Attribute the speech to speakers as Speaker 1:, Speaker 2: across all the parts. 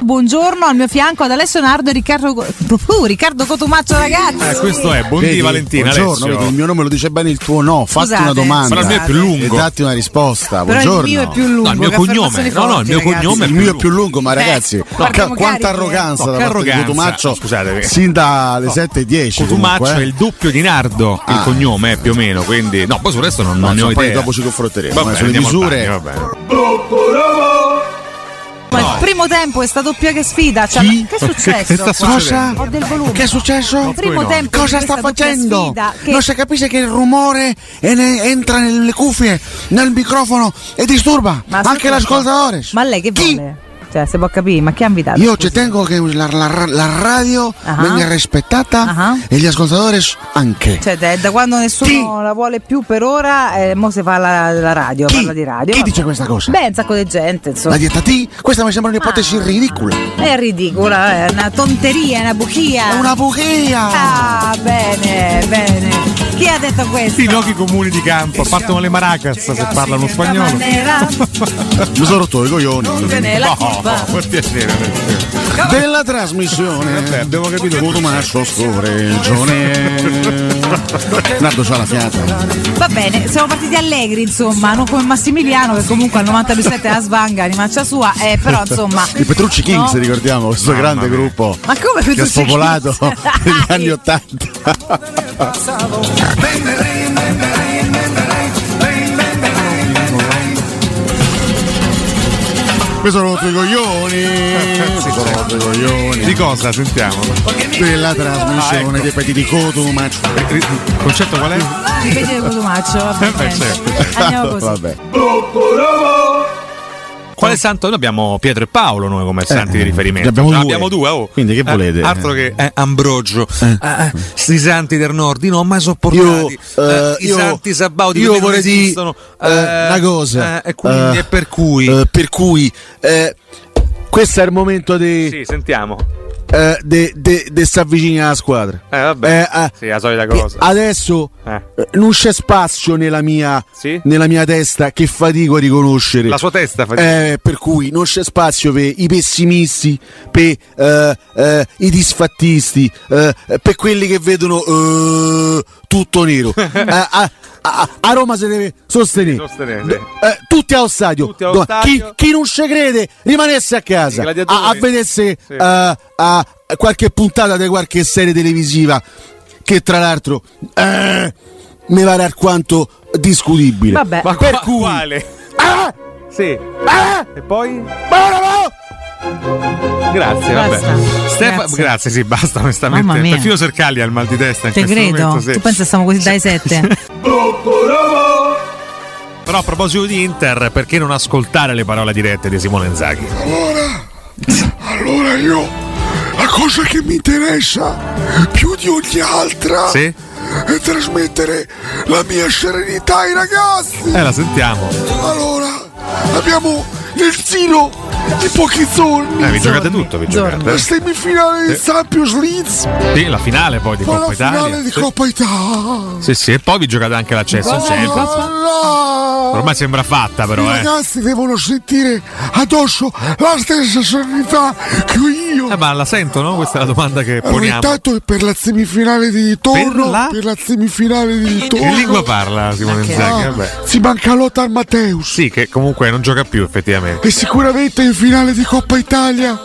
Speaker 1: Buongiorno al mio fianco ad Alessio Nardo e Riccardo, uh, Riccardo Cotumaccio, ragazzi.
Speaker 2: Eh, questo è Buondì
Speaker 3: Vedi,
Speaker 2: Valentina
Speaker 3: buongiorno,
Speaker 2: Alessio.
Speaker 3: vedi, il mio nome lo dice bene il tuo no. Fatti
Speaker 1: Scusate.
Speaker 3: una domanda.
Speaker 2: Però il mio è più lungo.
Speaker 3: E datti una risposta.
Speaker 1: Però
Speaker 3: buongiorno.
Speaker 1: il mio è più lungo.
Speaker 2: No, il mio
Speaker 1: che
Speaker 2: cognome.
Speaker 1: affermazioni
Speaker 2: No, no, il mio
Speaker 1: forti, ragazzi.
Speaker 2: cognome
Speaker 3: il mio è più lungo, ma ragazzi,
Speaker 1: guardiamo
Speaker 3: ca-
Speaker 1: carichi,
Speaker 3: quanta
Speaker 1: eh.
Speaker 3: arroganza
Speaker 2: No,
Speaker 3: da
Speaker 2: che
Speaker 3: parte di
Speaker 2: arroganza.
Speaker 3: Cotumaccio
Speaker 2: Scusate, perché-
Speaker 3: sin dalle 7.10.
Speaker 2: Cotumaccio
Speaker 3: comunque, eh.
Speaker 2: è il doppio di Nardo, il cognome eh, più o meno, quindi no, poi sul resto non, non
Speaker 3: No,
Speaker 2: ne ho
Speaker 3: insomma, poi
Speaker 2: idea.
Speaker 3: dopo ci confronteremo
Speaker 2: Va
Speaker 3: eh,
Speaker 2: bene,
Speaker 3: sulle
Speaker 2: andiamo al
Speaker 3: misure.
Speaker 2: bagno, va bene.
Speaker 1: Ma il primo tempo è stato più che sfida. Cioè,
Speaker 3: Chi?
Speaker 1: Che è successo?
Speaker 3: sta
Speaker 1: qua?
Speaker 3: succedendo?
Speaker 1: Ho del volume.
Speaker 3: Che è successo?
Speaker 1: Primo tempo di
Speaker 3: Cosa
Speaker 1: questa
Speaker 3: sta
Speaker 1: doppia
Speaker 3: facendo?
Speaker 1: sfida che-
Speaker 3: Non si capisce che il rumore e ne- entra nelle cuffie, nel microfono e disturba
Speaker 1: Ma ascolta un po'.
Speaker 3: anche l'ascoltatore.
Speaker 1: Ma lei che
Speaker 3: Chi?
Speaker 1: vuole? Cioè, se può capire, ma chi ha invitato?
Speaker 3: Io ci tengo che la, la- la radio
Speaker 1: Ah.
Speaker 3: venga rispettata
Speaker 1: Ah.
Speaker 3: e gli ascoltatori anche.
Speaker 1: Cioè, da, da quando nessuno
Speaker 3: Chi?
Speaker 1: la vuole più per ora, eh, mo si fa la, la radio,
Speaker 3: Chi?
Speaker 1: parla di radio.
Speaker 3: Chi
Speaker 1: vabbè.
Speaker 3: dice questa cosa?
Speaker 1: Beh, un sacco di gente, insomma.
Speaker 3: La dieta T? Questa mi sembra un'ipotesi
Speaker 1: Ah.
Speaker 3: ridicola.
Speaker 1: È ridicola, è una tonteria, è una buchia.
Speaker 3: È una buchia!
Speaker 1: Ah, bene, bene. Chi ha detto questo?
Speaker 2: I giochi comuni di campo, partono le maracas se parlano
Speaker 1: La
Speaker 2: spagnolo.
Speaker 1: maniera
Speaker 3: Mi sono rotto i coglioni.
Speaker 1: te ne la
Speaker 2: Oh,
Speaker 1: chiva.
Speaker 2: per piacere. Alessio.
Speaker 3: Della trasmissione Eh, abbiamo capito Cotumaccio Scorreggione Nardo c'ha la fiata
Speaker 1: Va bene, siamo partiti allegri, insomma, non come Massimiliano che comunque al 90 più 7 la svanga, rimancia sua, eh, però insomma.
Speaker 3: I Petrucci Kings
Speaker 1: no?
Speaker 3: ricordiamo questo grande gruppo
Speaker 1: Ma come
Speaker 3: che ha
Speaker 1: Petrucci
Speaker 3: spopolato
Speaker 1: Kings?
Speaker 3: negli
Speaker 1: Dai.
Speaker 3: anni Ottanta Mi sono rotto i coglioni Mi sono rotto i coglioni
Speaker 2: Di cosa sentiamo?
Speaker 3: Della
Speaker 2: Ah, ecco.
Speaker 3: trasmissione dei petiti Cotumaccio
Speaker 2: Il concetto qual è?
Speaker 1: Ah, Vedi il cotumaccio, va
Speaker 2: Eh, beh,
Speaker 1: bene.
Speaker 2: certo.
Speaker 1: Andiamo così.
Speaker 3: Vabbè
Speaker 2: Quale santo? Noi abbiamo Pietro e Paolo noi come santi di riferimento.
Speaker 3: ne Eh, abbiamo
Speaker 2: Ne
Speaker 3: due.
Speaker 2: abbiamo due oh.
Speaker 3: Quindi che
Speaker 2: Eh,
Speaker 3: volete?
Speaker 2: altro che eh, Ambrogio. Ah, ah, sti santi del nord, io non ho mai sopportato.
Speaker 3: eh,
Speaker 2: I santi sabauti per
Speaker 3: io
Speaker 2: me non
Speaker 3: vorrei dire
Speaker 2: esistono.
Speaker 3: eh,
Speaker 2: Eh,
Speaker 3: una cosa.
Speaker 2: eh, e quindi
Speaker 3: Eh,
Speaker 2: e per cui.
Speaker 3: eh, per cui, eh, questo è il momento di
Speaker 2: sì, sentiamo.
Speaker 3: eh, de- de- de si avvicina alla squadra.
Speaker 2: Eh, vabbè.
Speaker 3: Eh, eh,
Speaker 2: sì, la solita
Speaker 3: eh,
Speaker 2: cosa.
Speaker 3: adesso
Speaker 2: Eh.
Speaker 3: eh, non c'è spazio nella mia,
Speaker 2: Sì?
Speaker 3: nella mia testa che fatico a riconoscere.
Speaker 2: La sua testa fa
Speaker 3: Eh, per cui non c'è spazio per i pessimisti, per eh, eh, i disfattisti, eh, per quelli che vedono eh, tutto nero. Eh, a, a- a Roma si deve sostenere.
Speaker 2: Sostenere,
Speaker 3: D-
Speaker 2: sì.
Speaker 3: eh, tutti allo stadio.
Speaker 2: Tutti allo
Speaker 3: Do-
Speaker 2: stadio.
Speaker 3: Chi, chi non ci crede rimanesse a casa
Speaker 2: I
Speaker 3: a,
Speaker 2: gladiatori.
Speaker 3: a vedersi
Speaker 2: Sì.
Speaker 3: eh, a qualche puntata di qualche serie televisiva che tra l'altro eh, mi pare alquanto discutibile.
Speaker 1: Vabbè.
Speaker 2: Ma
Speaker 3: per
Speaker 2: qua-
Speaker 3: cui-
Speaker 2: quale?
Speaker 3: Ah!
Speaker 2: Sì.
Speaker 3: Ah!
Speaker 2: E poi?
Speaker 3: Bravo!
Speaker 2: Grazie, vabbè.
Speaker 1: Basta.
Speaker 2: Stefa-
Speaker 1: Grazie.
Speaker 2: grazie. sì, basta onestamente.
Speaker 1: Mamma mia.
Speaker 2: Perfino Sercali ha il mal di testa in
Speaker 1: Te
Speaker 2: questo
Speaker 1: credo.
Speaker 2: momento. sì.
Speaker 1: Tu pensi che siamo così dai 7?
Speaker 2: Però a proposito di Inter, perché non ascoltare le parole dirette di Simone Inzaghi?
Speaker 4: Allora, allora io la cosa che mi interessa più di ogni altra
Speaker 2: Sì?
Speaker 4: è trasmettere la mia serenità ai ragazzi.
Speaker 2: Eh, la sentiamo.
Speaker 4: Allora, abbiamo nel giro di pochi giorni
Speaker 2: Eh, vi giocate tutto, vi
Speaker 1: Giorni.
Speaker 2: giocate.
Speaker 4: la semifinale di Champions League,
Speaker 2: Sì, la finale poi di
Speaker 4: poi
Speaker 2: Eh. Coppa
Speaker 4: la finale
Speaker 2: Italia.
Speaker 4: di
Speaker 2: Sì.
Speaker 4: Coppa Italia.
Speaker 2: Sì, sì, e poi vi giocate anche l'accesso, certo.
Speaker 4: Allora,
Speaker 2: Ormai sembra fatta, però,
Speaker 4: I
Speaker 2: eh.
Speaker 4: ragazzi devono sentire addosso la stessa sanità che ho io.
Speaker 2: Eh, ma la sentono? Questa è la domanda che
Speaker 4: Allora,
Speaker 2: poniamo.
Speaker 4: intanto è per la semifinale di ritorno,
Speaker 2: Per
Speaker 4: per
Speaker 2: la-
Speaker 4: la, semifinale di
Speaker 2: Che lingua
Speaker 4: ritorno,
Speaker 2: parla Simone Inzaghi?
Speaker 4: Ah,
Speaker 2: Vabbè.
Speaker 4: si manca Lotta al Matteus.
Speaker 2: Sì, che comunque non gioca più effettivamente.
Speaker 4: E sicuramente in finale di Coppa Italia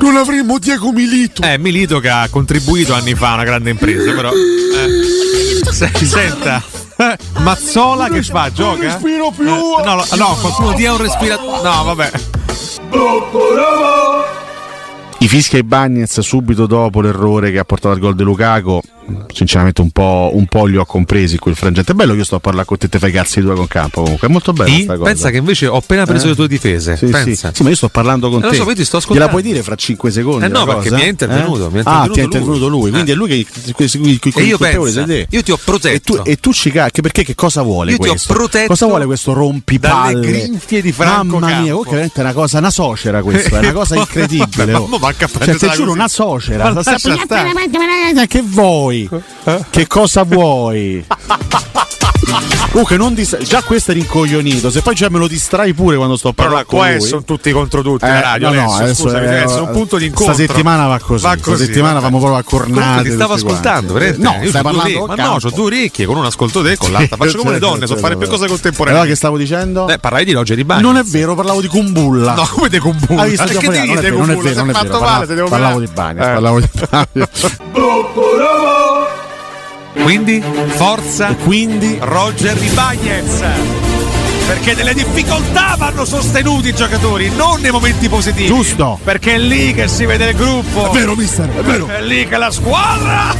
Speaker 4: non avremo Diego Milito.
Speaker 2: Eh, Milito che ha contribuito anni fa a una grande impresa, però. eh, se- senta. eh, Mazzola che fa? Gioca?
Speaker 4: respiro più.
Speaker 2: Eh, no, lo- no, qualcuno dia un respiratore. No, vabbè.
Speaker 3: I fischia e Bagnez subito dopo l'errore che ha portato al gol di Lukaku, sinceramente un po', un po' li ho compresi quel frangente. È bello che io sto a parlare con te, te fai i cazzi tua con campo comunque, è molto bello
Speaker 2: Sì?
Speaker 3: sta cosa.
Speaker 2: Pensa che invece ho appena preso
Speaker 3: Eh.
Speaker 2: le tue difese.
Speaker 3: Sì,
Speaker 2: Pensa.
Speaker 3: sì. Sì, ma io sto parlando con
Speaker 2: Eh, lo
Speaker 3: te.
Speaker 2: so, io ti sto
Speaker 3: Gliela
Speaker 2: ascoltando.
Speaker 3: puoi dire fra 5 secondi?
Speaker 2: Eh no,
Speaker 3: la
Speaker 2: perché
Speaker 3: cosa?
Speaker 2: mi è intervenuto,
Speaker 3: Eh?
Speaker 2: mi è
Speaker 3: ah,
Speaker 2: intervenuto
Speaker 3: ti è intervenuto lui,
Speaker 2: lui.
Speaker 3: quindi
Speaker 2: Eh.
Speaker 3: è lui che che- che- che- che-
Speaker 2: E io
Speaker 3: colpevole
Speaker 2: pensa,
Speaker 3: sei te.
Speaker 2: io ti ho protetto.
Speaker 3: E tu, e tu ci cacchi perché che cosa vuole
Speaker 2: Io ti ho
Speaker 3: questo?
Speaker 2: protetto
Speaker 3: cosa vuole questo rompipalle?
Speaker 2: dalle grinfie di Franco
Speaker 3: Mamma mia,
Speaker 2: Campo.
Speaker 3: oh, che veramente è una cosa, una socera questa, è una cosa incredibile.
Speaker 2: Ma
Speaker 3: oh.
Speaker 2: mo manca a
Speaker 3: Cioè,
Speaker 2: prendersela
Speaker 3: te giuro,
Speaker 2: così.
Speaker 3: una socera.
Speaker 2: Ma lascia stare.
Speaker 3: Che vuoi? Che cosa vuoi? Comunque non dis- già questo è rincoglionito, se poi già me lo distrai pure quando sto
Speaker 2: Però
Speaker 3: parlando
Speaker 2: qua
Speaker 3: con
Speaker 2: è-
Speaker 3: lui.
Speaker 2: sono tutti contro tutti.
Speaker 3: Eh,
Speaker 2: la radio,
Speaker 3: no, no,
Speaker 2: adesso,
Speaker 3: adesso
Speaker 2: scusami,
Speaker 3: è-
Speaker 2: adesso è un punto di incontro.
Speaker 3: Sta settimana va così.
Speaker 2: Va
Speaker 3: sta
Speaker 2: così, eh.
Speaker 3: settimana
Speaker 2: va.
Speaker 3: famo proprio a
Speaker 2: Comunque
Speaker 3: cornate.
Speaker 2: ti stavo
Speaker 3: tutti quanti.
Speaker 2: ascoltando, veramente.
Speaker 3: No,
Speaker 2: Io
Speaker 3: stai
Speaker 2: c'ho due
Speaker 3: parlando
Speaker 2: orecchie,
Speaker 3: col
Speaker 2: Ma no,
Speaker 3: campo.
Speaker 2: ho due orecchie, con una ascolto te, con l'altra faccio come le
Speaker 3: Certo,
Speaker 2: donne, so
Speaker 3: certo,
Speaker 2: fare più
Speaker 3: certo.
Speaker 2: cose
Speaker 3: Allora che
Speaker 2: contemporanee.
Speaker 3: stavo dicendo?
Speaker 2: Beh, parlai di Loggia di Bagno.
Speaker 3: non è vero, parlavo di Kumbulla.
Speaker 2: No, come te combulla?
Speaker 3: Hai visto
Speaker 2: Che
Speaker 3: già
Speaker 2: dici
Speaker 3: non è
Speaker 2: te
Speaker 3: vero, non è
Speaker 2: combulla?
Speaker 3: vero, non
Speaker 2: Sei
Speaker 3: è
Speaker 2: fatto
Speaker 3: vero.
Speaker 2: male, sei
Speaker 3: Parlavo,
Speaker 2: devo
Speaker 3: parlavo di
Speaker 2: menare.
Speaker 3: Bagnes,
Speaker 2: Eh.
Speaker 3: parlavo di Bagnes.
Speaker 2: Quindi, forza,
Speaker 3: Quindi
Speaker 2: Roger di Bagnez. Perché delle difficoltà vanno sostenuti i giocatori, non nei momenti positivi.
Speaker 3: Giusto.
Speaker 2: Perché è lì che si vede il gruppo.
Speaker 3: vero, mister, è vero.
Speaker 2: È lì che la squadra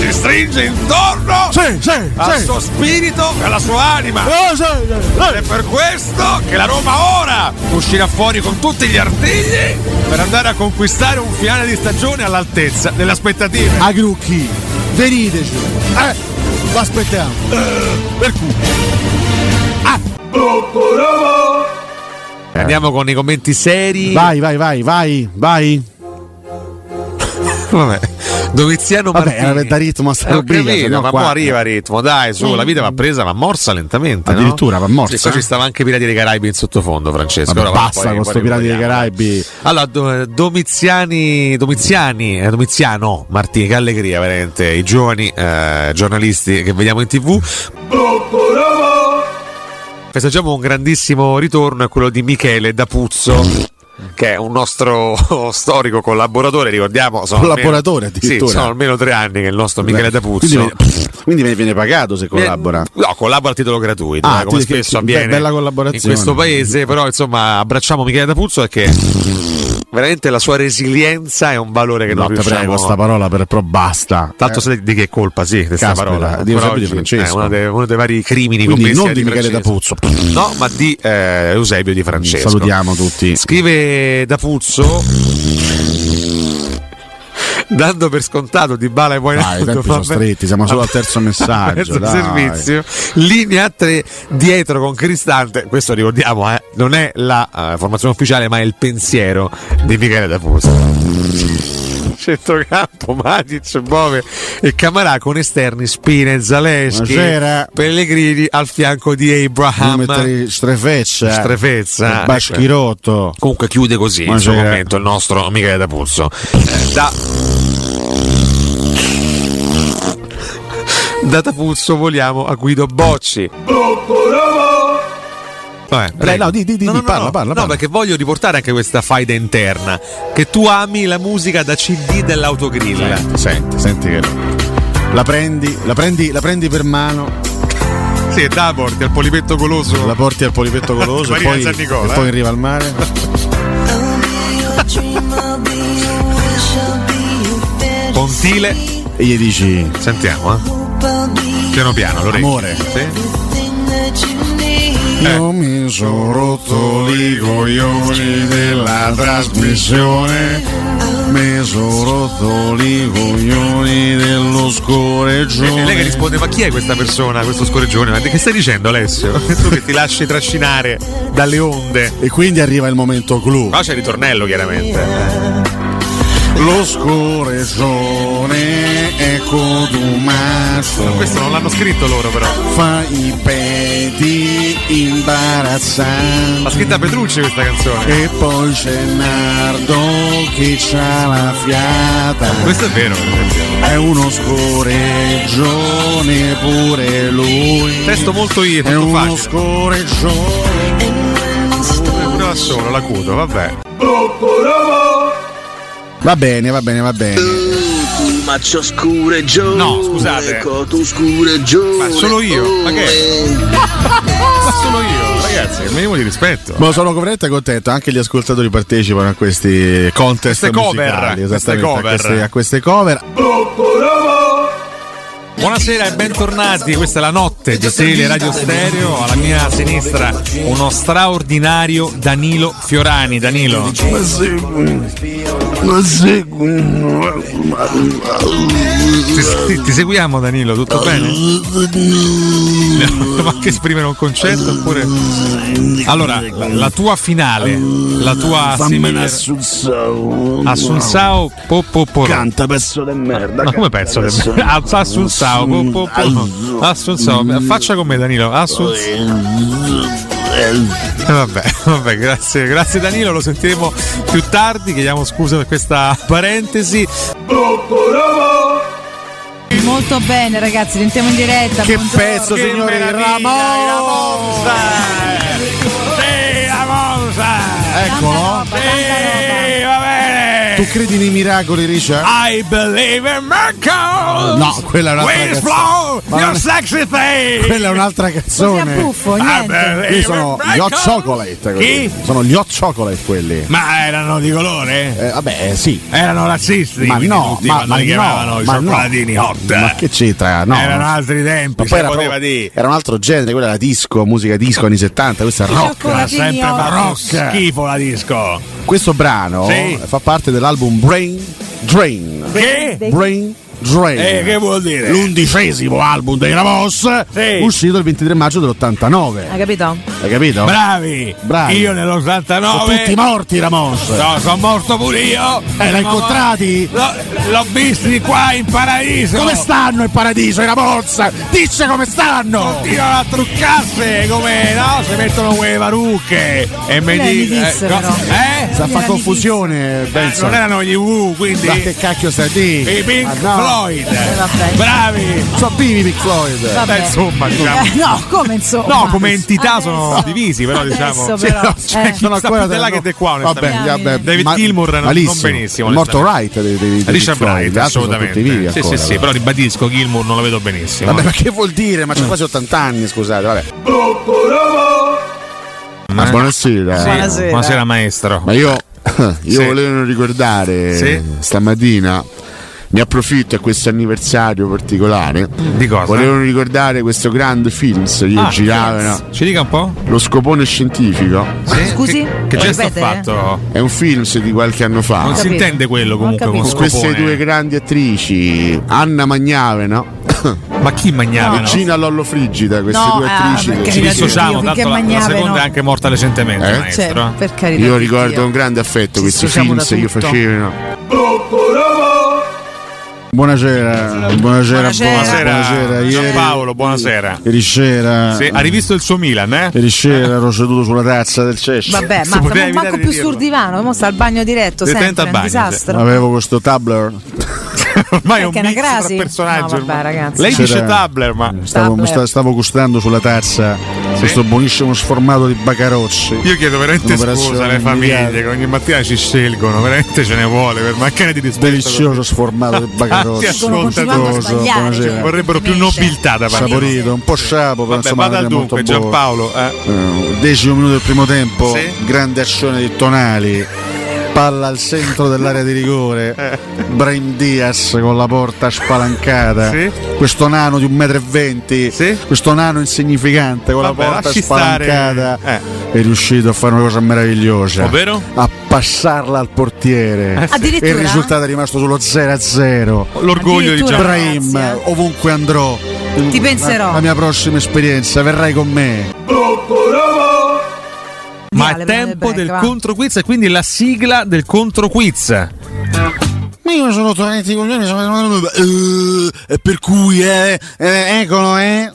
Speaker 2: si stringe intorno
Speaker 3: Sì, sì,
Speaker 2: al
Speaker 3: sì.
Speaker 2: suo spirito e alla sua anima.
Speaker 3: Eh, sì,
Speaker 2: Ed è per questo che la Roma ora uscirà fuori con tutti gli artigli per andare a conquistare un finale di stagione all'altezza delle aspettative.
Speaker 3: A Grucchi, veniteci. Eh, vi aspettiamo.
Speaker 2: Per cui. Andiamo con i commenti seri.
Speaker 3: Vai, vai, vai, vai, vai.
Speaker 2: Vabbè. Doviziano
Speaker 3: Vabbè,
Speaker 2: Martini.
Speaker 3: era da ritmo a sta
Speaker 2: Eh, ho
Speaker 3: rubrica,
Speaker 2: capito,
Speaker 3: se no
Speaker 2: ma
Speaker 3: qua- eh. Mm.
Speaker 2: poi arriva il ritmo, dai, su, la vita va presa, va morsa lentamente. no?
Speaker 3: Addirittura va morsa?
Speaker 2: Sì, qua ci stava anche Pirati dei Caraibi in sottofondo, Francesco.
Speaker 3: Vabbè,
Speaker 2: Ora,
Speaker 3: basta
Speaker 2: poi-
Speaker 3: con
Speaker 2: poi
Speaker 3: sto Pirati dei
Speaker 2: riparliamo.
Speaker 3: Caraibi.
Speaker 2: Allora, Do- Domiziani, Domiziani, eh, Domiziano Martini, che allegria veramente i giovani eh, giornalisti che vediamo in tv. Festeggiamo un grandissimo ritorno, è quello di Michele D'Apuzzo. Che è un nostro storico collaboratore, ricordiamo. sono
Speaker 3: Collaboratore
Speaker 2: almeno-
Speaker 3: addirittura.
Speaker 2: Sì, sono almeno tre anni che il nostro Michele D'Apuzzo
Speaker 3: Quindi, viene- quindi viene- viene pagato se collabora.
Speaker 2: eh, No, collabora a titolo gratuito,
Speaker 3: Ah,
Speaker 2: eh, come
Speaker 3: ti- che-
Speaker 2: spesso
Speaker 3: be-
Speaker 2: avviene
Speaker 3: bella collaborazione.
Speaker 2: in questo paese, però insomma abbracciamo Michele D'Apuzzo perché veramente la sua resilienza è un valore che
Speaker 3: No,
Speaker 2: non
Speaker 3: te
Speaker 2: riusciamo
Speaker 3: prego, sta parola per, però basta.
Speaker 2: Tanto sai di che colpa, sì, questa
Speaker 3: eh. Caspita,
Speaker 2: parola.
Speaker 3: di Eusebio
Speaker 2: Però
Speaker 3: Di
Speaker 2: oggi è
Speaker 3: Francesco.
Speaker 2: uno dei, uno dei vari crimini
Speaker 3: Quindi
Speaker 2: commessi
Speaker 3: non
Speaker 2: da
Speaker 3: di Michele D'Apuzzo.
Speaker 2: No, ma di eh, Eusebio Di Francesco.
Speaker 3: Salutiamo tutti.
Speaker 2: Scrive D'Apuzzo dando per scontato di Bala e
Speaker 3: Dai, i
Speaker 2: Moinaldo
Speaker 3: tempi sono
Speaker 2: vabbè.
Speaker 3: stretti, siamo solo al terzo messaggio,
Speaker 2: Terzo
Speaker 3: dai.
Speaker 2: servizio. Linea 3 dietro con Cristante. Questo ricordiamo, eh, non è la eh, formazione ufficiale, ma è il pensiero di Michele D'Apuzzo. Centrocampo, Matic, Bove e Camarà con esterni Spinez, Zaleschi,
Speaker 3: Buonasera.
Speaker 2: Pellegrini al fianco di
Speaker 3: Non
Speaker 2: Abraham.
Speaker 3: mettere
Speaker 2: Eh.
Speaker 3: strefezza.
Speaker 2: Strefezza.
Speaker 3: Baschirotto.
Speaker 2: Comunque chiude così in questo
Speaker 3: Buonasera.
Speaker 2: momento il nostro Michele D'Apuzzo. Eh, Da... da D'Apuzzo voliamo a Guido Bocci. Vabbè, prego.
Speaker 3: no, di- di- di-
Speaker 2: No, no, no,
Speaker 3: parla,
Speaker 2: no.
Speaker 3: parla,
Speaker 2: No,
Speaker 3: parla.
Speaker 2: perché voglio riportare anche questa faida interna. Che tu ami la musica da CD dell'autogrill.
Speaker 3: Senti, senti che la prendi, la prendi, la prendi per mano,
Speaker 2: Sì, da porti al polipetto goloso.
Speaker 3: la porti al polipetto goloso e
Speaker 2: Marina
Speaker 3: poi,
Speaker 2: San Nicola,
Speaker 3: e poi
Speaker 2: Oh. eh.
Speaker 3: in riva al mare.
Speaker 2: Pontile.
Speaker 3: E gli dici:
Speaker 2: Sentiamo, eh. Piano piano, l'orecchio.
Speaker 3: Amore.
Speaker 2: Sì. Eh.
Speaker 3: Io mi sono rotto i coglioni della trasmissione. Mi sono rotto i coglioni
Speaker 2: E
Speaker 3: dello
Speaker 2: lei che
Speaker 3: scoreggione.
Speaker 2: risponde: Ma chi è questa persona, questo scorreggione? Ma che stai dicendo, Alessio? tu che ti lasci trascinare dalle onde. Ah.
Speaker 3: E quindi arriva il momento clou.
Speaker 2: Qua c'è il ritornello, chiaramente.
Speaker 4: Lo scorezzone è codumasto.
Speaker 2: Eh, Questo non l'hanno scritto loro però.
Speaker 4: Fa i peti imbarazzanti.
Speaker 2: L'ha scritta Petrucci questa canzone.
Speaker 4: E poi c'è Nardo che c'ha la fiata.
Speaker 2: Questo è vero, per esempio.
Speaker 4: È uno scoreggione pure lui.
Speaker 2: Testo molto, i-
Speaker 4: È
Speaker 2: molto
Speaker 4: uno
Speaker 2: facile.
Speaker 4: scoreggione.
Speaker 2: Una sola, l'acuto, vabbè.
Speaker 4: Va bene, va bene, va bene.
Speaker 5: Maccio scureggione
Speaker 2: No, scusate.
Speaker 5: ecco tu scureggione
Speaker 2: Ma solo io? Ma che è? Ma solo io, ragazzi, che minimo di rispetto.
Speaker 3: Ma sono veramente contento, anche gli ascoltatori partecipano a questi contest
Speaker 2: Queste cover,
Speaker 3: musicali,
Speaker 2: queste
Speaker 3: esattamente,
Speaker 2: cover.
Speaker 3: A, queste, a queste cover.
Speaker 2: Buonasera e bentornati, questa è la notte di Tele Radio Stereo, alla mia sinistra uno straordinario Danilo Fiorani. Danilo,
Speaker 4: Ma se- ma se-
Speaker 2: ti, ti- ti seguiamo Danilo, tutto bene? Ma che esprimere un concetto oppure... Allora,
Speaker 3: Eh,
Speaker 2: la, la tua finale, la tua
Speaker 4: Fammene
Speaker 2: simile
Speaker 4: assunzao.
Speaker 2: Assunzao Popoporo.
Speaker 4: Canta pezzo di merda.
Speaker 2: Ma come
Speaker 4: canta,
Speaker 2: pezzo? Ah, Mm.
Speaker 4: pezzo di-
Speaker 2: Assunzao, po- po- Ah, po- Assunzao, faccia con me Danilo, Assunzao. Eh, Vabbè, vabbè, grazie, grazie Danilo, lo sentiremo più tardi, chiediamo scusa per questa parentesi.
Speaker 1: Molto bene, ragazzi, sentiamo in diretta.
Speaker 3: Che
Speaker 1: buongiorno.
Speaker 3: pezzo, signori! Ramon! Eccolo!
Speaker 2: Eh,
Speaker 1: Tanta roba.
Speaker 3: Tu credi nei miracoli, Richard?
Speaker 2: I believe in miracles!
Speaker 3: No, quella è un'altra
Speaker 2: Winds
Speaker 3: canzone.
Speaker 2: blow
Speaker 3: Ma
Speaker 2: your
Speaker 3: non è-
Speaker 2: sexy face!
Speaker 3: Quella è un'altra
Speaker 1: Così a
Speaker 3: canzone.
Speaker 1: buffo,
Speaker 2: I
Speaker 1: niente.
Speaker 2: believe
Speaker 3: Io
Speaker 2: in
Speaker 3: sono gli hot
Speaker 2: miracles.
Speaker 3: chocolate. quelli.
Speaker 2: Eh, Chi?
Speaker 3: Sono gli hot chocolate quelli.
Speaker 2: Ma erano di colore?
Speaker 3: Eh, vabbè, eh, sì.
Speaker 2: Erano razzisti,
Speaker 3: Ma
Speaker 2: quindi
Speaker 3: no,
Speaker 2: tutti
Speaker 3: ma,
Speaker 2: quando
Speaker 3: ma
Speaker 2: li chiamavano
Speaker 3: no,
Speaker 2: i
Speaker 3: ma no.
Speaker 2: cioccolatini hot.
Speaker 3: Ma che c'entra? No.
Speaker 2: Erano
Speaker 3: Ma
Speaker 2: altri tempi,
Speaker 3: poi
Speaker 2: si
Speaker 3: era,
Speaker 2: poteva
Speaker 3: proprio-
Speaker 2: dire.
Speaker 3: era un altro genere, quella era disco, musica disco anni 70, questa è rock.
Speaker 2: Era
Speaker 1: Cioccolatini
Speaker 2: sempre
Speaker 1: hot.
Speaker 2: ma rock,
Speaker 3: Rock.
Speaker 2: schifo la disco.
Speaker 3: Questo brano
Speaker 2: Sì.
Speaker 3: fa parte dell'album Brain Drain.
Speaker 2: Che?
Speaker 3: Brain Drain.
Speaker 2: Eh, che vuol dire?
Speaker 3: L'undicesimo album dei Ramos,
Speaker 2: Sì.
Speaker 3: uscito il 23 maggio dell'89.
Speaker 1: Hai capito?
Speaker 3: Hai capito?
Speaker 2: Bravi!
Speaker 3: Bravi.
Speaker 2: Io
Speaker 3: Sono tutti
Speaker 2: nell'89
Speaker 3: morti Ramos.
Speaker 2: eh. no, sono morto pure io!
Speaker 3: Eh, l'hai
Speaker 2: Sono
Speaker 3: incontrati?
Speaker 2: L'ho, l'ho visti qua in paradiso!
Speaker 3: Come stanno il paradiso, i Ramos? Dice come stanno!
Speaker 2: Continuano a truccarsi come no? Si mettono quelle varucche e mi
Speaker 1: Lei mi
Speaker 2: dicono.
Speaker 1: disse,
Speaker 2: eh,
Speaker 1: però.
Speaker 2: eh?
Speaker 3: Sta a fa
Speaker 1: Era
Speaker 3: confusione,
Speaker 2: Eh,
Speaker 3: Benson.
Speaker 2: non erano gli U, quindi
Speaker 3: Ma che cacchio stai
Speaker 2: i
Speaker 3: di?
Speaker 2: Pink
Speaker 3: Ma no.
Speaker 2: Floyd!
Speaker 1: Eh, vabbè.
Speaker 2: Bravi!
Speaker 3: Sono vivi Pink Floyd.
Speaker 2: Beh,
Speaker 1: Vabbè.
Speaker 2: insomma, diciamo.
Speaker 1: Eh, no, come insomma?
Speaker 2: No, come entità
Speaker 1: Adesso-
Speaker 2: sono divisi, però diciamo.
Speaker 1: Adesso
Speaker 2: Sì,
Speaker 1: però,
Speaker 2: no, cioè,
Speaker 1: eh.
Speaker 2: chi sta più di là che di qua, onestamente.
Speaker 3: vabbè, vabbè,
Speaker 2: David Gilmour non- non benissimo,
Speaker 3: È morto
Speaker 2: onestamente.
Speaker 3: Wright dei, dei, dei Pink
Speaker 2: Richard
Speaker 3: Floyd,
Speaker 2: Bright,
Speaker 3: gli altri sono
Speaker 2: assolutamente.
Speaker 3: tutti vivi
Speaker 2: sì,
Speaker 3: ancora,
Speaker 2: sì, sì, però ribadisco Gilmour non lo vedo benissimo. Eh?
Speaker 3: Vabbè, ma che vuol dire?
Speaker 2: Mm.
Speaker 3: Ma c'è quasi 80 anni, scusate, vabbè. Ma buonasera.
Speaker 1: Buonasera.
Speaker 2: Buonasera maestro.
Speaker 3: Ma io, io
Speaker 2: Sì.
Speaker 3: volevo ricordare
Speaker 2: Sì.
Speaker 3: stamattina. Ne approfitto a questo anniversario particolare.
Speaker 2: Di cosa?
Speaker 3: Volevo ricordare questo grande film che
Speaker 2: Mm. Ah,
Speaker 3: giravano.
Speaker 2: Ci dica un po'?
Speaker 3: Lo scopone scientifico
Speaker 2: Sì?
Speaker 1: Ah, Scusi?
Speaker 2: Che, che
Speaker 1: Lo
Speaker 2: gesto ha
Speaker 1: ripete?
Speaker 2: fatto?
Speaker 3: è un film se di qualche anno fa.
Speaker 2: Non si
Speaker 1: capito.
Speaker 2: intende quello
Speaker 1: Non
Speaker 2: comunque
Speaker 1: capito.
Speaker 2: con
Speaker 3: con queste
Speaker 2: scopone.
Speaker 3: due grandi attrici, Anna Magnaveno
Speaker 2: Ah, Ma chi magnava?
Speaker 3: e Gina Lollo Frigida, queste
Speaker 1: No,
Speaker 3: due
Speaker 1: ah,
Speaker 3: attrici.
Speaker 1: perché
Speaker 2: Ci
Speaker 3: che-
Speaker 1: Dio,
Speaker 2: dissociamo,
Speaker 1: finché
Speaker 2: tanto la, la
Speaker 1: Magnave,
Speaker 2: seconda
Speaker 1: no.
Speaker 2: è anche morta recentemente,
Speaker 3: Eh?
Speaker 1: Cioè,
Speaker 2: maestro.
Speaker 1: per carità. di
Speaker 3: Io ricordo
Speaker 1: Dio.
Speaker 3: con grande affetto questi
Speaker 1: eh. dissociamo
Speaker 3: film
Speaker 1: da
Speaker 3: che
Speaker 1: tutto.
Speaker 3: facevano. Buonasera, buonasera,
Speaker 1: Buonasera.
Speaker 2: Buonasera,
Speaker 3: Ieri, Ah.
Speaker 2: Giampaolo, buonasera.
Speaker 3: ieri sera,
Speaker 2: Sì, ha rivisto il suo Milan, eh?
Speaker 3: ieri sera ero seduto sulla tazza del cesso.
Speaker 1: Vabbè,
Speaker 2: Si
Speaker 1: ma
Speaker 2: poteva
Speaker 1: non manco
Speaker 2: evitare di
Speaker 1: più sul
Speaker 2: dirlo.
Speaker 1: divano, mo sta al bagno diretto
Speaker 2: Detente
Speaker 1: sempre,
Speaker 2: al
Speaker 1: è un
Speaker 2: bagno,
Speaker 1: disastro.
Speaker 3: Avevo questo tabler,
Speaker 2: Ormai è un
Speaker 1: Perché è una
Speaker 2: mix tra
Speaker 1: crasi?
Speaker 2: personaggio.
Speaker 1: No, vabbè,
Speaker 2: ormai.
Speaker 1: ragazzi.
Speaker 2: Lei dice
Speaker 3: C'era-
Speaker 2: Tabler, ma
Speaker 3: stavo,
Speaker 1: Tabler.
Speaker 3: sta- stavo gustando sulla tazza questo buonissimo sformato di Bacarozzi.
Speaker 2: io chiedo veramente
Speaker 3: Un'operazione
Speaker 2: scusa alle famiglie
Speaker 3: immediata.
Speaker 2: che ogni mattina ci scelgono, veramente ce ne vuole per mancare di rispetto.
Speaker 3: Delicioso sformato di
Speaker 2: Tanti
Speaker 3: Bacarozzi.
Speaker 1: Sono continuando a
Speaker 2: ascoltatoso,
Speaker 1: sbagliare.
Speaker 3: buonasera.
Speaker 1: cioè,
Speaker 2: Vorrebbero più
Speaker 1: finisce.
Speaker 2: nobiltà da parte.
Speaker 3: Saporito, un po' sciapo, però
Speaker 2: Vabbè,
Speaker 3: insomma
Speaker 2: vada al
Speaker 3: era molto
Speaker 2: dunque,
Speaker 3: buono.
Speaker 2: Giampaolo. eh.
Speaker 3: Eh, decimo minuto del primo tempo,
Speaker 2: Sì.
Speaker 3: grande azione di Tonali, palla al centro dell'area di
Speaker 2: Eh.
Speaker 3: rigore, Brain Diaz con la porta spalancata,
Speaker 2: Sì.
Speaker 3: questo nano di 1,20 m,
Speaker 2: Sì.
Speaker 3: questo nano insignificante con
Speaker 2: Vabbè,
Speaker 3: la porta
Speaker 2: lasci stare.
Speaker 3: spalancata,
Speaker 2: Eh.
Speaker 3: è riuscito a fare una cosa meravigliosa.
Speaker 2: Ovvero?
Speaker 3: A passarla al
Speaker 2: Eh,
Speaker 3: portiere.
Speaker 1: Addirittura?
Speaker 3: Il risultato è rimasto solo 0-0.
Speaker 2: L'orgoglio di
Speaker 1: Addirittura-
Speaker 2: Giampaolo.
Speaker 3: Brahim,
Speaker 1: Grazie.
Speaker 3: ovunque andrò.
Speaker 1: Ti
Speaker 3: la-
Speaker 1: penserò.
Speaker 3: La mia prossima esperienza, verrai con me.
Speaker 2: Ma
Speaker 1: Via,
Speaker 2: è
Speaker 1: le prende
Speaker 2: tempo
Speaker 1: il break,
Speaker 2: del
Speaker 1: va.
Speaker 2: controquiz e quindi la sigla del controquiz.
Speaker 3: Ma io mi sono tornato i coglioni, sono eh, e per cui, eh, eh, eccolo, eh.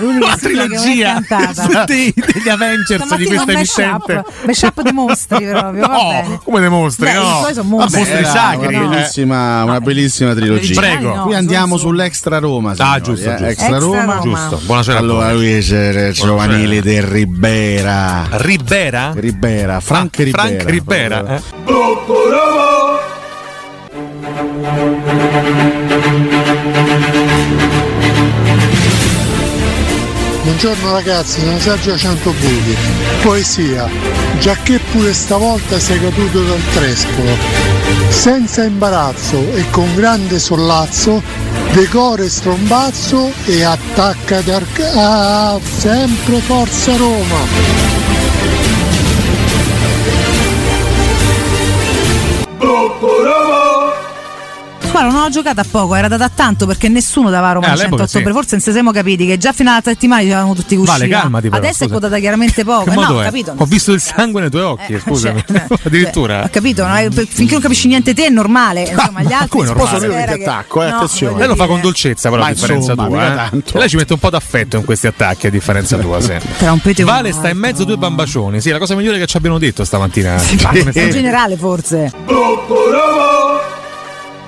Speaker 1: L'unica sigla che non è cantata.
Speaker 2: dei- degli Avengers di
Speaker 1: Stamattina un
Speaker 2: questa
Speaker 1: mashup,
Speaker 2: emittente.
Speaker 1: mashup di mostri proprio, va bene.
Speaker 2: No, come le mostre?
Speaker 1: Beh,
Speaker 2: no,
Speaker 1: poi sono mostri.
Speaker 2: mostri
Speaker 1: Era
Speaker 2: sacri.
Speaker 3: Una
Speaker 2: eh.
Speaker 3: bellissima, una bellissima trilogia.
Speaker 2: Prego.
Speaker 1: Ah, no,
Speaker 3: Qui
Speaker 1: sono
Speaker 3: andiamo
Speaker 1: su-
Speaker 3: sull'extra Roma. signori,
Speaker 2: Ah, giusto,
Speaker 3: eh,
Speaker 2: giusto.
Speaker 3: Extra
Speaker 1: Extra
Speaker 3: Roma.
Speaker 1: Roma.
Speaker 2: Giusto, buonasera
Speaker 3: Allora,
Speaker 2: a
Speaker 3: lui è il giovanile del Ribera.
Speaker 2: tutti. Ribera?
Speaker 3: Ribera, Frank Ribera.
Speaker 2: Ah, Frank Ribera. eh.
Speaker 6: Buongiorno ragazzi, sono Sergio Centobuchi. Poesia. Giacché pure stavolta sei caduto dal trespolo. Senza imbarazzo e con grande sollazzo, decore strombazzo e attacca d'arca... Ah, sempre Forza Roma!
Speaker 1: Guarda, non ho giocato a poco, era data tanto perché nessuno dava Roma
Speaker 2: Eh,
Speaker 1: il 100
Speaker 2: all'epoca
Speaker 1: ottobre.
Speaker 2: sì.
Speaker 1: Forse non si siamo capiti che già fino alla settimana ci avevamo tutti usciti.
Speaker 2: Vale, calmati però,
Speaker 1: Adesso è
Speaker 2: scusa.
Speaker 1: quotata chiaramente poco.
Speaker 2: Che
Speaker 1: Eh, no,
Speaker 2: modo
Speaker 1: ho
Speaker 2: è?
Speaker 1: capito.
Speaker 2: Ho visto il sangue nei tuoi occhi,
Speaker 1: Eh,
Speaker 2: scusami.
Speaker 1: cioè, eh,
Speaker 2: Addirittura. Ah,
Speaker 1: cioè, ho capito, no? Eh, per- finché non capisci niente te è normale. Insomma, gli altri
Speaker 2: come
Speaker 1: si
Speaker 2: normale?
Speaker 1: spera
Speaker 3: Io ti
Speaker 1: che-
Speaker 3: attacco, eh, attenzione.
Speaker 1: voglio
Speaker 2: Lei lo fa con
Speaker 1: dire,
Speaker 2: dolcezza, però, a
Speaker 3: Ma
Speaker 2: differenza
Speaker 3: insomma,
Speaker 2: tua.
Speaker 3: mica
Speaker 2: eh.
Speaker 3: tanto.
Speaker 2: Lei ci mette un po' d'affetto in questi attacchi, a differenza tua. sì.
Speaker 1: Tra un peto e un
Speaker 2: Vale sta in
Speaker 1: altro.
Speaker 2: mezzo due bambacioni. Sì, la cosa migliore che ci abbiano detto stamattina.
Speaker 1: In generale, forse.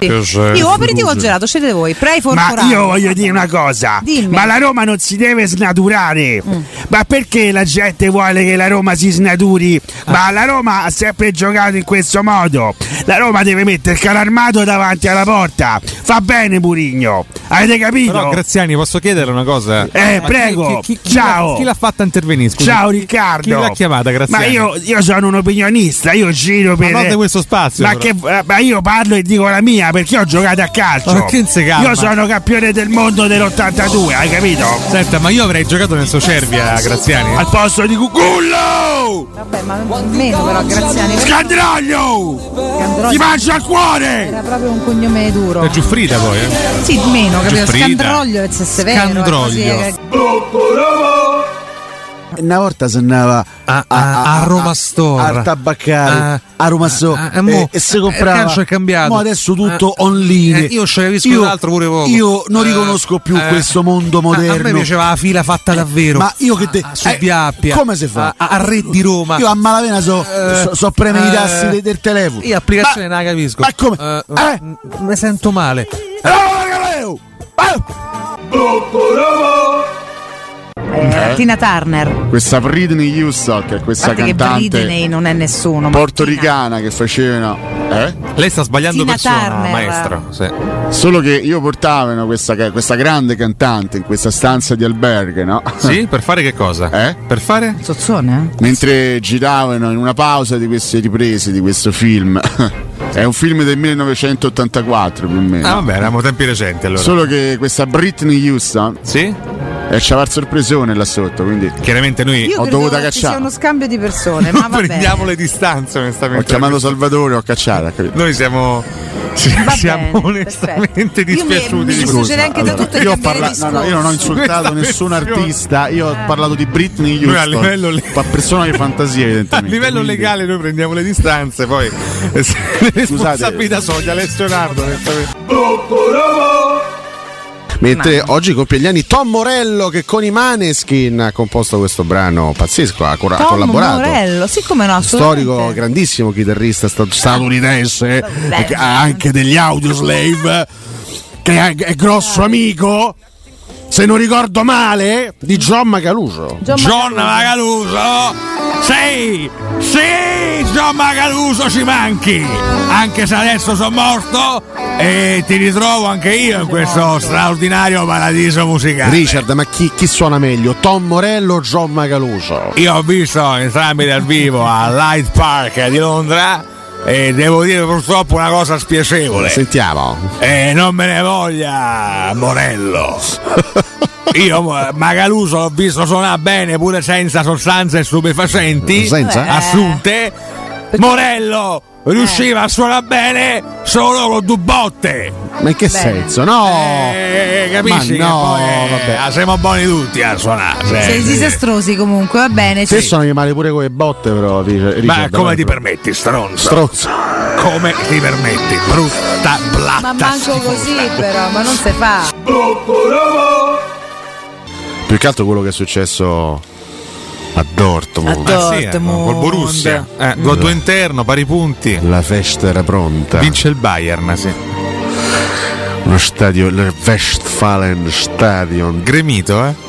Speaker 2: Eh,
Speaker 1: Io aperitivo o gelato, scegliete voi. Prei
Speaker 7: Ma
Speaker 1: fortunato.
Speaker 7: io voglio dire una cosa,
Speaker 1: Dimmi. Mm.
Speaker 7: ma la Roma non si deve snaturare. Ma perché la gente vuole che la Roma si snaturi?
Speaker 1: Ah.
Speaker 7: Ma la Roma ha sempre giocato in questo modo. La Roma deve mettere il carro armato davanti alla porta. Ah, Fa bene Murigno. Avete capito?
Speaker 2: Però, Graziani, posso chiedere una cosa?
Speaker 7: Eh,
Speaker 2: Ma chi-
Speaker 7: prego.
Speaker 2: chi- chi- chi
Speaker 7: Ciao.
Speaker 2: l'ha- Chi l'ha fatta intervenire? Scusi.
Speaker 7: Ciao Riccardo.
Speaker 2: Chi l'ha chiamata, Graziani?
Speaker 7: Ma io, io sono un opinionista, io giro per.
Speaker 2: non di questo spazio,
Speaker 7: Ma,
Speaker 2: però.
Speaker 7: che- eh, ma io parlo e dico la mia perché ho giocato a calcio.
Speaker 2: Ma che non si calma?
Speaker 7: Io sono campione del mondo dell'82, hai capito?
Speaker 2: Senta, ma io avrei giocato nel Socervia, Graziani.
Speaker 7: Al posto di Cucullo!
Speaker 1: Vabbè, ma meno però, Graziani. perché
Speaker 7: Scandraglio!
Speaker 1: Scandroni
Speaker 7: Ti mangio al cuore!
Speaker 1: Era proprio un cognome duro.
Speaker 2: È Giuffrida poi, eh?
Speaker 1: Sì, meno, capito?
Speaker 2: Giuffrida.
Speaker 1: Scandroglio eh, è severo.
Speaker 2: Scandroglio.
Speaker 1: è così, eh,
Speaker 3: Una volta si andava
Speaker 2: A- a- a Roma Store.
Speaker 3: al tabaccare,
Speaker 2: Ah,
Speaker 3: a Roma Store
Speaker 2: ah, ah,
Speaker 3: e,
Speaker 2: e mo-
Speaker 3: e si
Speaker 2: eh,
Speaker 3: comprava.
Speaker 2: il calcio è cambiato.
Speaker 3: Mo adesso tutto
Speaker 2: Ah,
Speaker 3: online.
Speaker 2: eh, io ci capisco un altro pure poco.
Speaker 3: Io non
Speaker 2: Eh,
Speaker 3: riconosco più
Speaker 2: eh,
Speaker 3: questo mondo moderno.
Speaker 2: A, a me piaceva la fila fatta davvero.
Speaker 3: Ma io che te.
Speaker 2: A, a, su
Speaker 3: eh,
Speaker 2: Biappia.
Speaker 3: Come si fa?
Speaker 2: A, a Re di Roma.
Speaker 3: Io a malavena so,
Speaker 2: Eh,
Speaker 3: so, so premere
Speaker 2: eh,
Speaker 3: i tasti de- del telefono.
Speaker 2: Io applicazione non la capisco.
Speaker 3: ma come?
Speaker 2: Eh,
Speaker 3: Eh?
Speaker 2: m- Mi sento male.
Speaker 3: Roma, Galeo! Ah!
Speaker 1: eh, Tina Turner.
Speaker 8: Questa Britney Houston, che è
Speaker 1: A
Speaker 8: questa
Speaker 1: parte che
Speaker 8: cantante
Speaker 1: Britney non è nessuno. ma
Speaker 8: portoricana che faceva. Eh?
Speaker 2: Lei sta sbagliando
Speaker 1: Tina
Speaker 2: persona,
Speaker 1: Turner.
Speaker 2: maestro. Sì.
Speaker 8: Solo che io portavano questa, ca- questa grande cantante in questa stanza di alberghe, no?
Speaker 2: Sì, per fare che cosa?
Speaker 8: Eh?
Speaker 2: Per fare?
Speaker 1: Tina- Sozzone?
Speaker 8: Mentre giravano in una pausa di queste riprese di questo film. È un film del 1984 più o meno.
Speaker 2: Ah, vabbè, eravamo tempi recenti allora.
Speaker 8: Solo che questa Britney Houston
Speaker 2: Sì?
Speaker 8: eh, c'aveva il sorpresone là sotto, quindi ho
Speaker 2: Chiaramente noi
Speaker 1: eh? Io ah,
Speaker 8: Ho
Speaker 1: credo
Speaker 8: dovuto
Speaker 1: che ci sia
Speaker 8: cacciare.
Speaker 1: uno scambio di persone, ma va
Speaker 2: prendiamo
Speaker 1: bene.
Speaker 2: le distanze onestamente.
Speaker 8: chiamato Salvatore, ho cacciato, ha capito?
Speaker 2: Noi siamo, si-
Speaker 1: Va
Speaker 2: siamo
Speaker 1: bene,
Speaker 2: onestamente
Speaker 1: perfetto. Io mi- mi
Speaker 2: dispiaciuti. di
Speaker 1: sono
Speaker 2: questo.
Speaker 1: succede anche da tutto il
Speaker 8: io, ho
Speaker 1: cambiare
Speaker 8: parla- no, no, io non ho
Speaker 1: discorso.
Speaker 8: insultato
Speaker 2: Questa
Speaker 8: nessun
Speaker 2: versione-
Speaker 8: artista, io ho parlato di Britney Houston.
Speaker 2: Noi a livello le-
Speaker 8: Fa persona di fantasia,
Speaker 2: A
Speaker 8: evidentemente.
Speaker 2: livello
Speaker 8: quindi-
Speaker 2: legale noi prendiamo le distanze, poi eh, se- le responsabilità sono di Alessio Nardo. onestamente.
Speaker 3: Mentre oggi compie gli anni Tom Morello che con i Maneskin ha composto questo brano pazzesco, ha, cor- ha
Speaker 1: Tom
Speaker 3: collaborato.
Speaker 1: Morello, siccome no, assolutamente.
Speaker 3: Storico, grandissimo chitarrista sta- statunitense,
Speaker 1: Beh.
Speaker 3: eh, che ha anche degli Audioslave, che è, è grosso amico, se non ricordo male, di John Macaluso.
Speaker 1: John
Speaker 2: John
Speaker 1: Magaluf.
Speaker 2: Magaluso! Sì! Sì! John Magaluso ci manchi! Anche se adesso sono morto e ti ritrovo anche io in questo straordinario paradiso musicale.
Speaker 3: Richard, ma chi, chi suona meglio? Tom Morello o John Macaluso?
Speaker 2: Io ho visto entrambi dal vivo al Light Park di Londra e devo dire purtroppo una cosa spiacevole.
Speaker 3: Sentiamo.
Speaker 2: E Eh, non me ne voglia Morello. Io Mo- Magaluso l'ho visto suonare bene pure senza sostanze stupefacenti
Speaker 1: Eh,
Speaker 3: Senza?
Speaker 2: assunte. Morello riusciva a suonare bene solo con due botte.
Speaker 3: Ma in che senso? No!
Speaker 2: Eh, capisci?
Speaker 3: Ma no,
Speaker 2: che poi, eh,
Speaker 3: vabbè.
Speaker 2: ah, siamo buoni tutti a suonare.
Speaker 1: Sei
Speaker 2: eh.
Speaker 1: disastrosi comunque, va bene.
Speaker 3: Te
Speaker 1: ci-
Speaker 3: suonano male pure con le botte, però. Richard,
Speaker 2: Ma come ti
Speaker 3: permetti?
Speaker 2: permetti, stronzo?
Speaker 3: Stronzo.
Speaker 2: come ti permetti. Brutta blatta.
Speaker 1: Ma manco così però, ma non si fa.
Speaker 3: Più che altro quello che è successo a Dortmund.
Speaker 2: Ah, sì, eh, col Borussia. Eh,
Speaker 3: Mm.
Speaker 2: gol tuo interno, pari punti.
Speaker 3: La festa era pronta.
Speaker 2: Vince il Bayern, sì.
Speaker 3: Lo stadio, il Westfalen Stadion.
Speaker 2: Gremito, eh?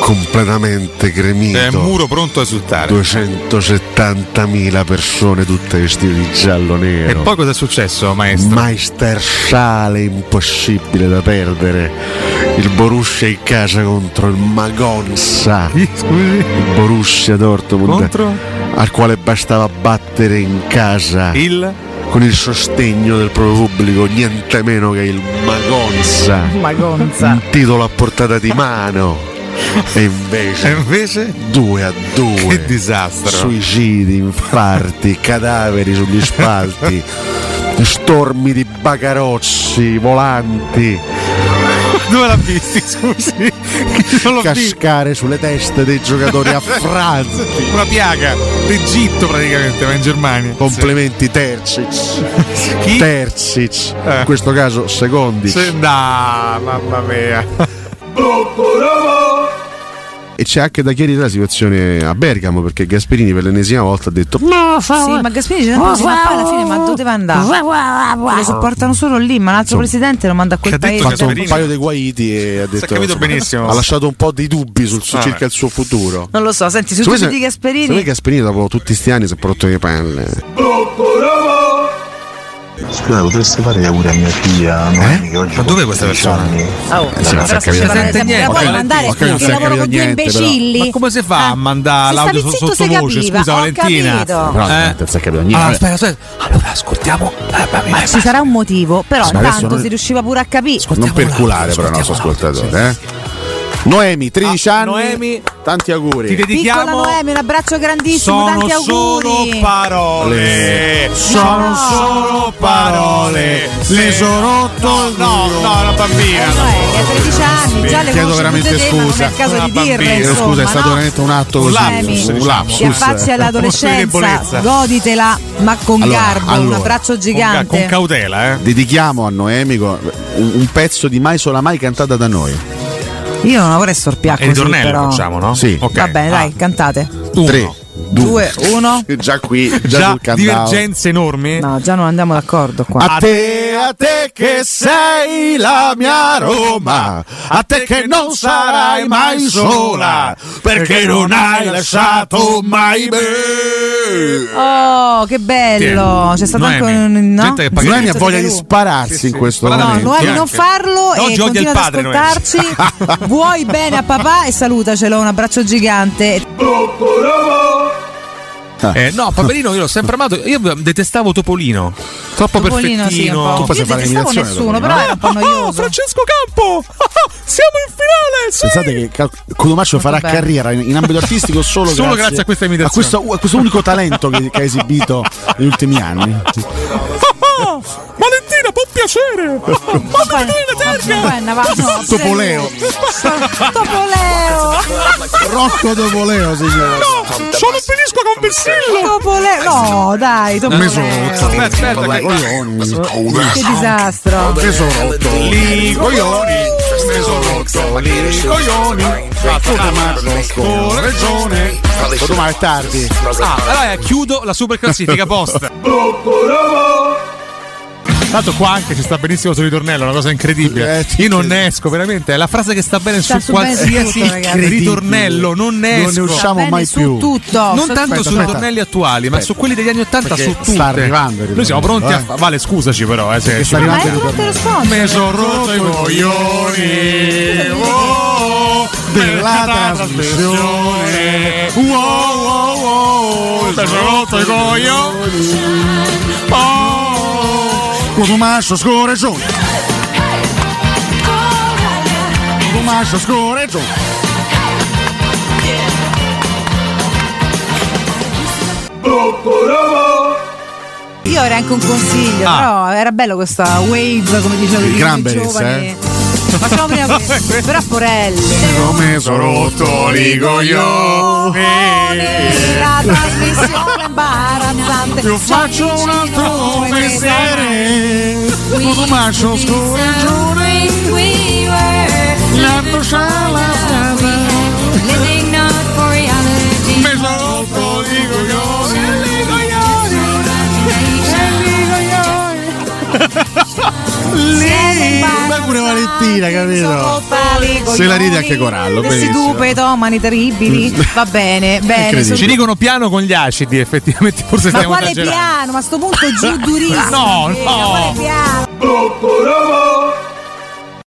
Speaker 3: Completamente gremito.
Speaker 2: È un muro pronto a esultare.
Speaker 3: 270.000 persone tutte vestite di giallo-nero.
Speaker 2: E poi cosa è successo, maestro?
Speaker 3: Maesterschale impossibile da perdere. Il Borussia in casa contro il Magonza. Il Borussia Dortmund.
Speaker 2: Contro?
Speaker 3: Al quale bastava battere in casa.
Speaker 2: Il?
Speaker 3: Con il sostegno del proprio pubblico, niente meno che il Magonza.
Speaker 1: Magonza.
Speaker 3: Un titolo a portata di mano. E invece,
Speaker 2: invece
Speaker 3: 2 a 2
Speaker 2: Che disastro.
Speaker 3: Suicidi, infarti, cadaveri sugli spalti Stormi di bagarozzi, volanti
Speaker 2: Dove l'ha visti, scusi?
Speaker 3: Cascare sulle teste dei giocatori a Franza
Speaker 2: Una piaga d'Egitto praticamente, ma in Germania.
Speaker 3: Complimenti Terzic Terzic
Speaker 2: Eh.
Speaker 3: In questo caso secondi
Speaker 2: Se- nah, mamma mia.
Speaker 3: E c'è anche da chiarire la situazione a Bergamo Perché Gasperini per l'ennesima volta ha detto
Speaker 1: No, sì, ma Gasperini dice sempre così, ma poi alla fine ma dove va andare? Lo sopportano solo lì, ma l'altro presidente lo manda a quel
Speaker 3: ha
Speaker 1: paese. cioè,
Speaker 3: fatto un paio di guaiti e ha detto
Speaker 2: capito benissimo.
Speaker 3: ha lasciato un po' di dubbi sul, su
Speaker 2: Ah,
Speaker 3: circa il suo futuro
Speaker 1: Non lo so, senti, su
Speaker 3: Secondo
Speaker 1: tutti
Speaker 3: me
Speaker 1: di
Speaker 3: se- secondo me
Speaker 1: Gasperini.
Speaker 3: Gasperini dopo tutti questi anni si è portato le palle
Speaker 9: Scusa, potresti fare gli auguri a mia figlia? Noemi, che oggi
Speaker 2: Ma dov'è questa persona?
Speaker 1: Ah, oh,
Speaker 2: Eh,
Speaker 1: puoi mandare
Speaker 2: Ho capito,
Speaker 1: perché
Speaker 2: non si è
Speaker 1: lavoro con due
Speaker 2: capito niente, però.
Speaker 1: imbecilli. Ah,
Speaker 2: Ma come si fa a mandare
Speaker 1: se stavi
Speaker 2: l'audio so-
Speaker 1: zitto si
Speaker 2: sottovoce?
Speaker 1: capiva,
Speaker 2: Scusa
Speaker 1: ho
Speaker 2: Valentina.
Speaker 1: capito.
Speaker 3: No, non si è capito niente.
Speaker 2: Allora, Eh? Ah, aspetta, aspetta. Allora ascoltiamo. eh,
Speaker 1: Ma ci sarà un motivo, però
Speaker 3: Ma adesso
Speaker 1: intanto
Speaker 3: non-
Speaker 1: si riusciva pure a capire.
Speaker 3: non per culare però il nostro ascoltatore eh. Noemi 13 anni
Speaker 2: Ah, Noemi,
Speaker 3: tanti auguri
Speaker 2: ti
Speaker 1: Piccola
Speaker 2: dedichiamo
Speaker 1: Noemi, un abbraccio grandissimo,
Speaker 2: Sono
Speaker 1: tanti
Speaker 2: solo
Speaker 1: auguri. Diciamo,
Speaker 2: parole. Sono
Speaker 1: No. Eh,
Speaker 2: solo parole. Le sono rotto. No, no, no, è una bambina.
Speaker 1: Che a 13 anni, già le
Speaker 3: Chiedo
Speaker 1: conosce
Speaker 3: veramente
Speaker 1: tutte e due, ma non
Speaker 3: scusa.
Speaker 1: è il caso
Speaker 2: Una
Speaker 1: di dirle,
Speaker 2: bambina.
Speaker 3: Eh,
Speaker 1: insomma,
Speaker 3: scusa è stato
Speaker 1: no?
Speaker 3: veramente un atto
Speaker 2: Un
Speaker 3: così
Speaker 2: lapsus,
Speaker 3: un
Speaker 2: diciamo.
Speaker 1: Ti
Speaker 3: lapsus
Speaker 1: affacci
Speaker 2: debolezza.
Speaker 1: all'adolescenza, goditela, ma con
Speaker 3: Allora,
Speaker 1: garbo, un
Speaker 3: allora,
Speaker 1: abbraccio
Speaker 2: Con, con
Speaker 1: gigante.
Speaker 2: cautela, eh.
Speaker 3: dedichiamo a Noemi con- un, un pezzo di Mai Sola Mai cantata da noi
Speaker 1: Io non la vorrei storpiare
Speaker 2: E il
Speaker 1: così,
Speaker 2: tornello
Speaker 1: però.
Speaker 2: facciamo, no?
Speaker 3: Sì.
Speaker 2: Ok. Ah.
Speaker 1: Va bene, dai, cantate.
Speaker 3: 3
Speaker 1: Due, uno.
Speaker 3: già qui già,
Speaker 2: Già
Speaker 3: sul countdown.
Speaker 2: divergenze enormi.
Speaker 1: No, già non andiamo d'accordo qua.
Speaker 3: A te, a te che sei la mia Roma, a te che non sarai mai sola, perché non hai lasciato mai me.
Speaker 1: Oh, che bello! C'è stato
Speaker 2: Noemi.
Speaker 1: anche un. No?
Speaker 2: Gente che paga-
Speaker 3: Noemi ha
Speaker 2: Sì,
Speaker 3: voglia di spararsi in questo
Speaker 2: Guarda,
Speaker 1: No,
Speaker 3: momento.
Speaker 1: Noemi
Speaker 2: anche.
Speaker 1: non farlo
Speaker 2: Oggi
Speaker 1: e
Speaker 2: odia il
Speaker 1: continua ad
Speaker 2: padre,
Speaker 1: ascoltarci. Vuoi bene a papà e salutacelo, un abbraccio gigante.
Speaker 2: Eh, no, Paperino io l'ho sempre amato. Io detestavo Topolino. Troppo
Speaker 1: Topolino, sì, un po'.
Speaker 2: perfettino.
Speaker 3: poi sai
Speaker 1: Io
Speaker 3: fare
Speaker 1: detestavo
Speaker 3: l'imitazione,
Speaker 1: nessuno,
Speaker 3: Topolino,
Speaker 1: però era un po'
Speaker 2: Oh,
Speaker 1: noioso.
Speaker 2: Francesco Campo! Siamo in finale! sì!
Speaker 3: Pensate che Cal- Codomaccio farà
Speaker 1: bello.
Speaker 3: carriera in in ambito artistico solo,
Speaker 2: Solo grazie a questa imitazione.
Speaker 3: a questo, a questo unico talento che, che ha esibito negli ultimi anni.
Speaker 2: Ah, Valentina, può piacere! Mamma
Speaker 1: Giovenna, va, no,
Speaker 3: Topoleo.
Speaker 1: Topoleo!
Speaker 3: Rocco Dovoleo, signore.
Speaker 2: Sono finisco con Vessillo!
Speaker 1: Topoleo! No, dai, Topoleo!
Speaker 2: Eh, Aspetta, aspetta, che-
Speaker 1: Che disastro!
Speaker 2: Lì, coglioni! Coglioni! Con ragione!
Speaker 3: Domani è tardi.
Speaker 2: Ah, allora chiudo la super classifica post. Tanto qua anche ci sta benissimo sul ritornello, una cosa incredibile.
Speaker 3: Eh, sì,
Speaker 2: Io non
Speaker 3: sì.
Speaker 2: ne esco, veramente. È la frase che sta bene
Speaker 1: Sta
Speaker 2: su
Speaker 1: su bene
Speaker 2: qualsiasi
Speaker 1: tutto, ragazzi.
Speaker 2: ritornello, non ne
Speaker 3: Non ne
Speaker 2: esco.
Speaker 3: usciamo
Speaker 1: Bene
Speaker 3: mai
Speaker 1: su
Speaker 3: più.
Speaker 1: tutto!
Speaker 2: non
Speaker 1: Su-
Speaker 2: tanto
Speaker 3: aspetta,
Speaker 2: sui
Speaker 3: aspetta.
Speaker 2: tornelli attuali, ma su quelli degli anni Ottanta,
Speaker 3: Perché
Speaker 2: su
Speaker 3: sta
Speaker 2: tutte.
Speaker 3: arrivando il
Speaker 2: Noi siamo
Speaker 3: ritornello,
Speaker 2: pronti a.
Speaker 3: eh.
Speaker 2: Vale, scusaci, però, eh, se ci-
Speaker 3: sta
Speaker 1: Ma
Speaker 3: arrivando
Speaker 1: è
Speaker 3: il
Speaker 1: te lo sfondo!
Speaker 2: Me sono rotto i coglioni oh, della trasmissione. Oh, oh, oh, me sono rotto i coglioni. Oh.
Speaker 3: Codomascio scoreggione. Codomascio scoreggione.
Speaker 1: Io
Speaker 3: Ah.
Speaker 1: avrei anche un consiglio, però era bello questa wave, come dicevo,
Speaker 3: Il
Speaker 1: di
Speaker 3: Granberries,
Speaker 1: giovani.
Speaker 3: eh?
Speaker 1: Facciamo prima questo. Però Porelli.
Speaker 2: Come sono rotto i
Speaker 1: La trasmissione imbarazzante.
Speaker 5: Io faccio un altro mestiere. Tutto macio scoraggione. L'altro c'ha la strada. Mi sono rotto di coglioni. Di coglioni.
Speaker 3: Lì, ma pure Valentina, capito? Se la ride anche Corallo, Mm.
Speaker 1: Questi
Speaker 3: benissimo.
Speaker 1: dupe, tomani terribili. Va bene, bene.
Speaker 2: Ci dicono piano con gli acidi, effettivamente. Forse
Speaker 1: Ma
Speaker 2: stiamo
Speaker 1: quale
Speaker 2: esagerando.
Speaker 1: piano? Ma a sto punto giù durissimo.
Speaker 2: No, no.
Speaker 1: Quale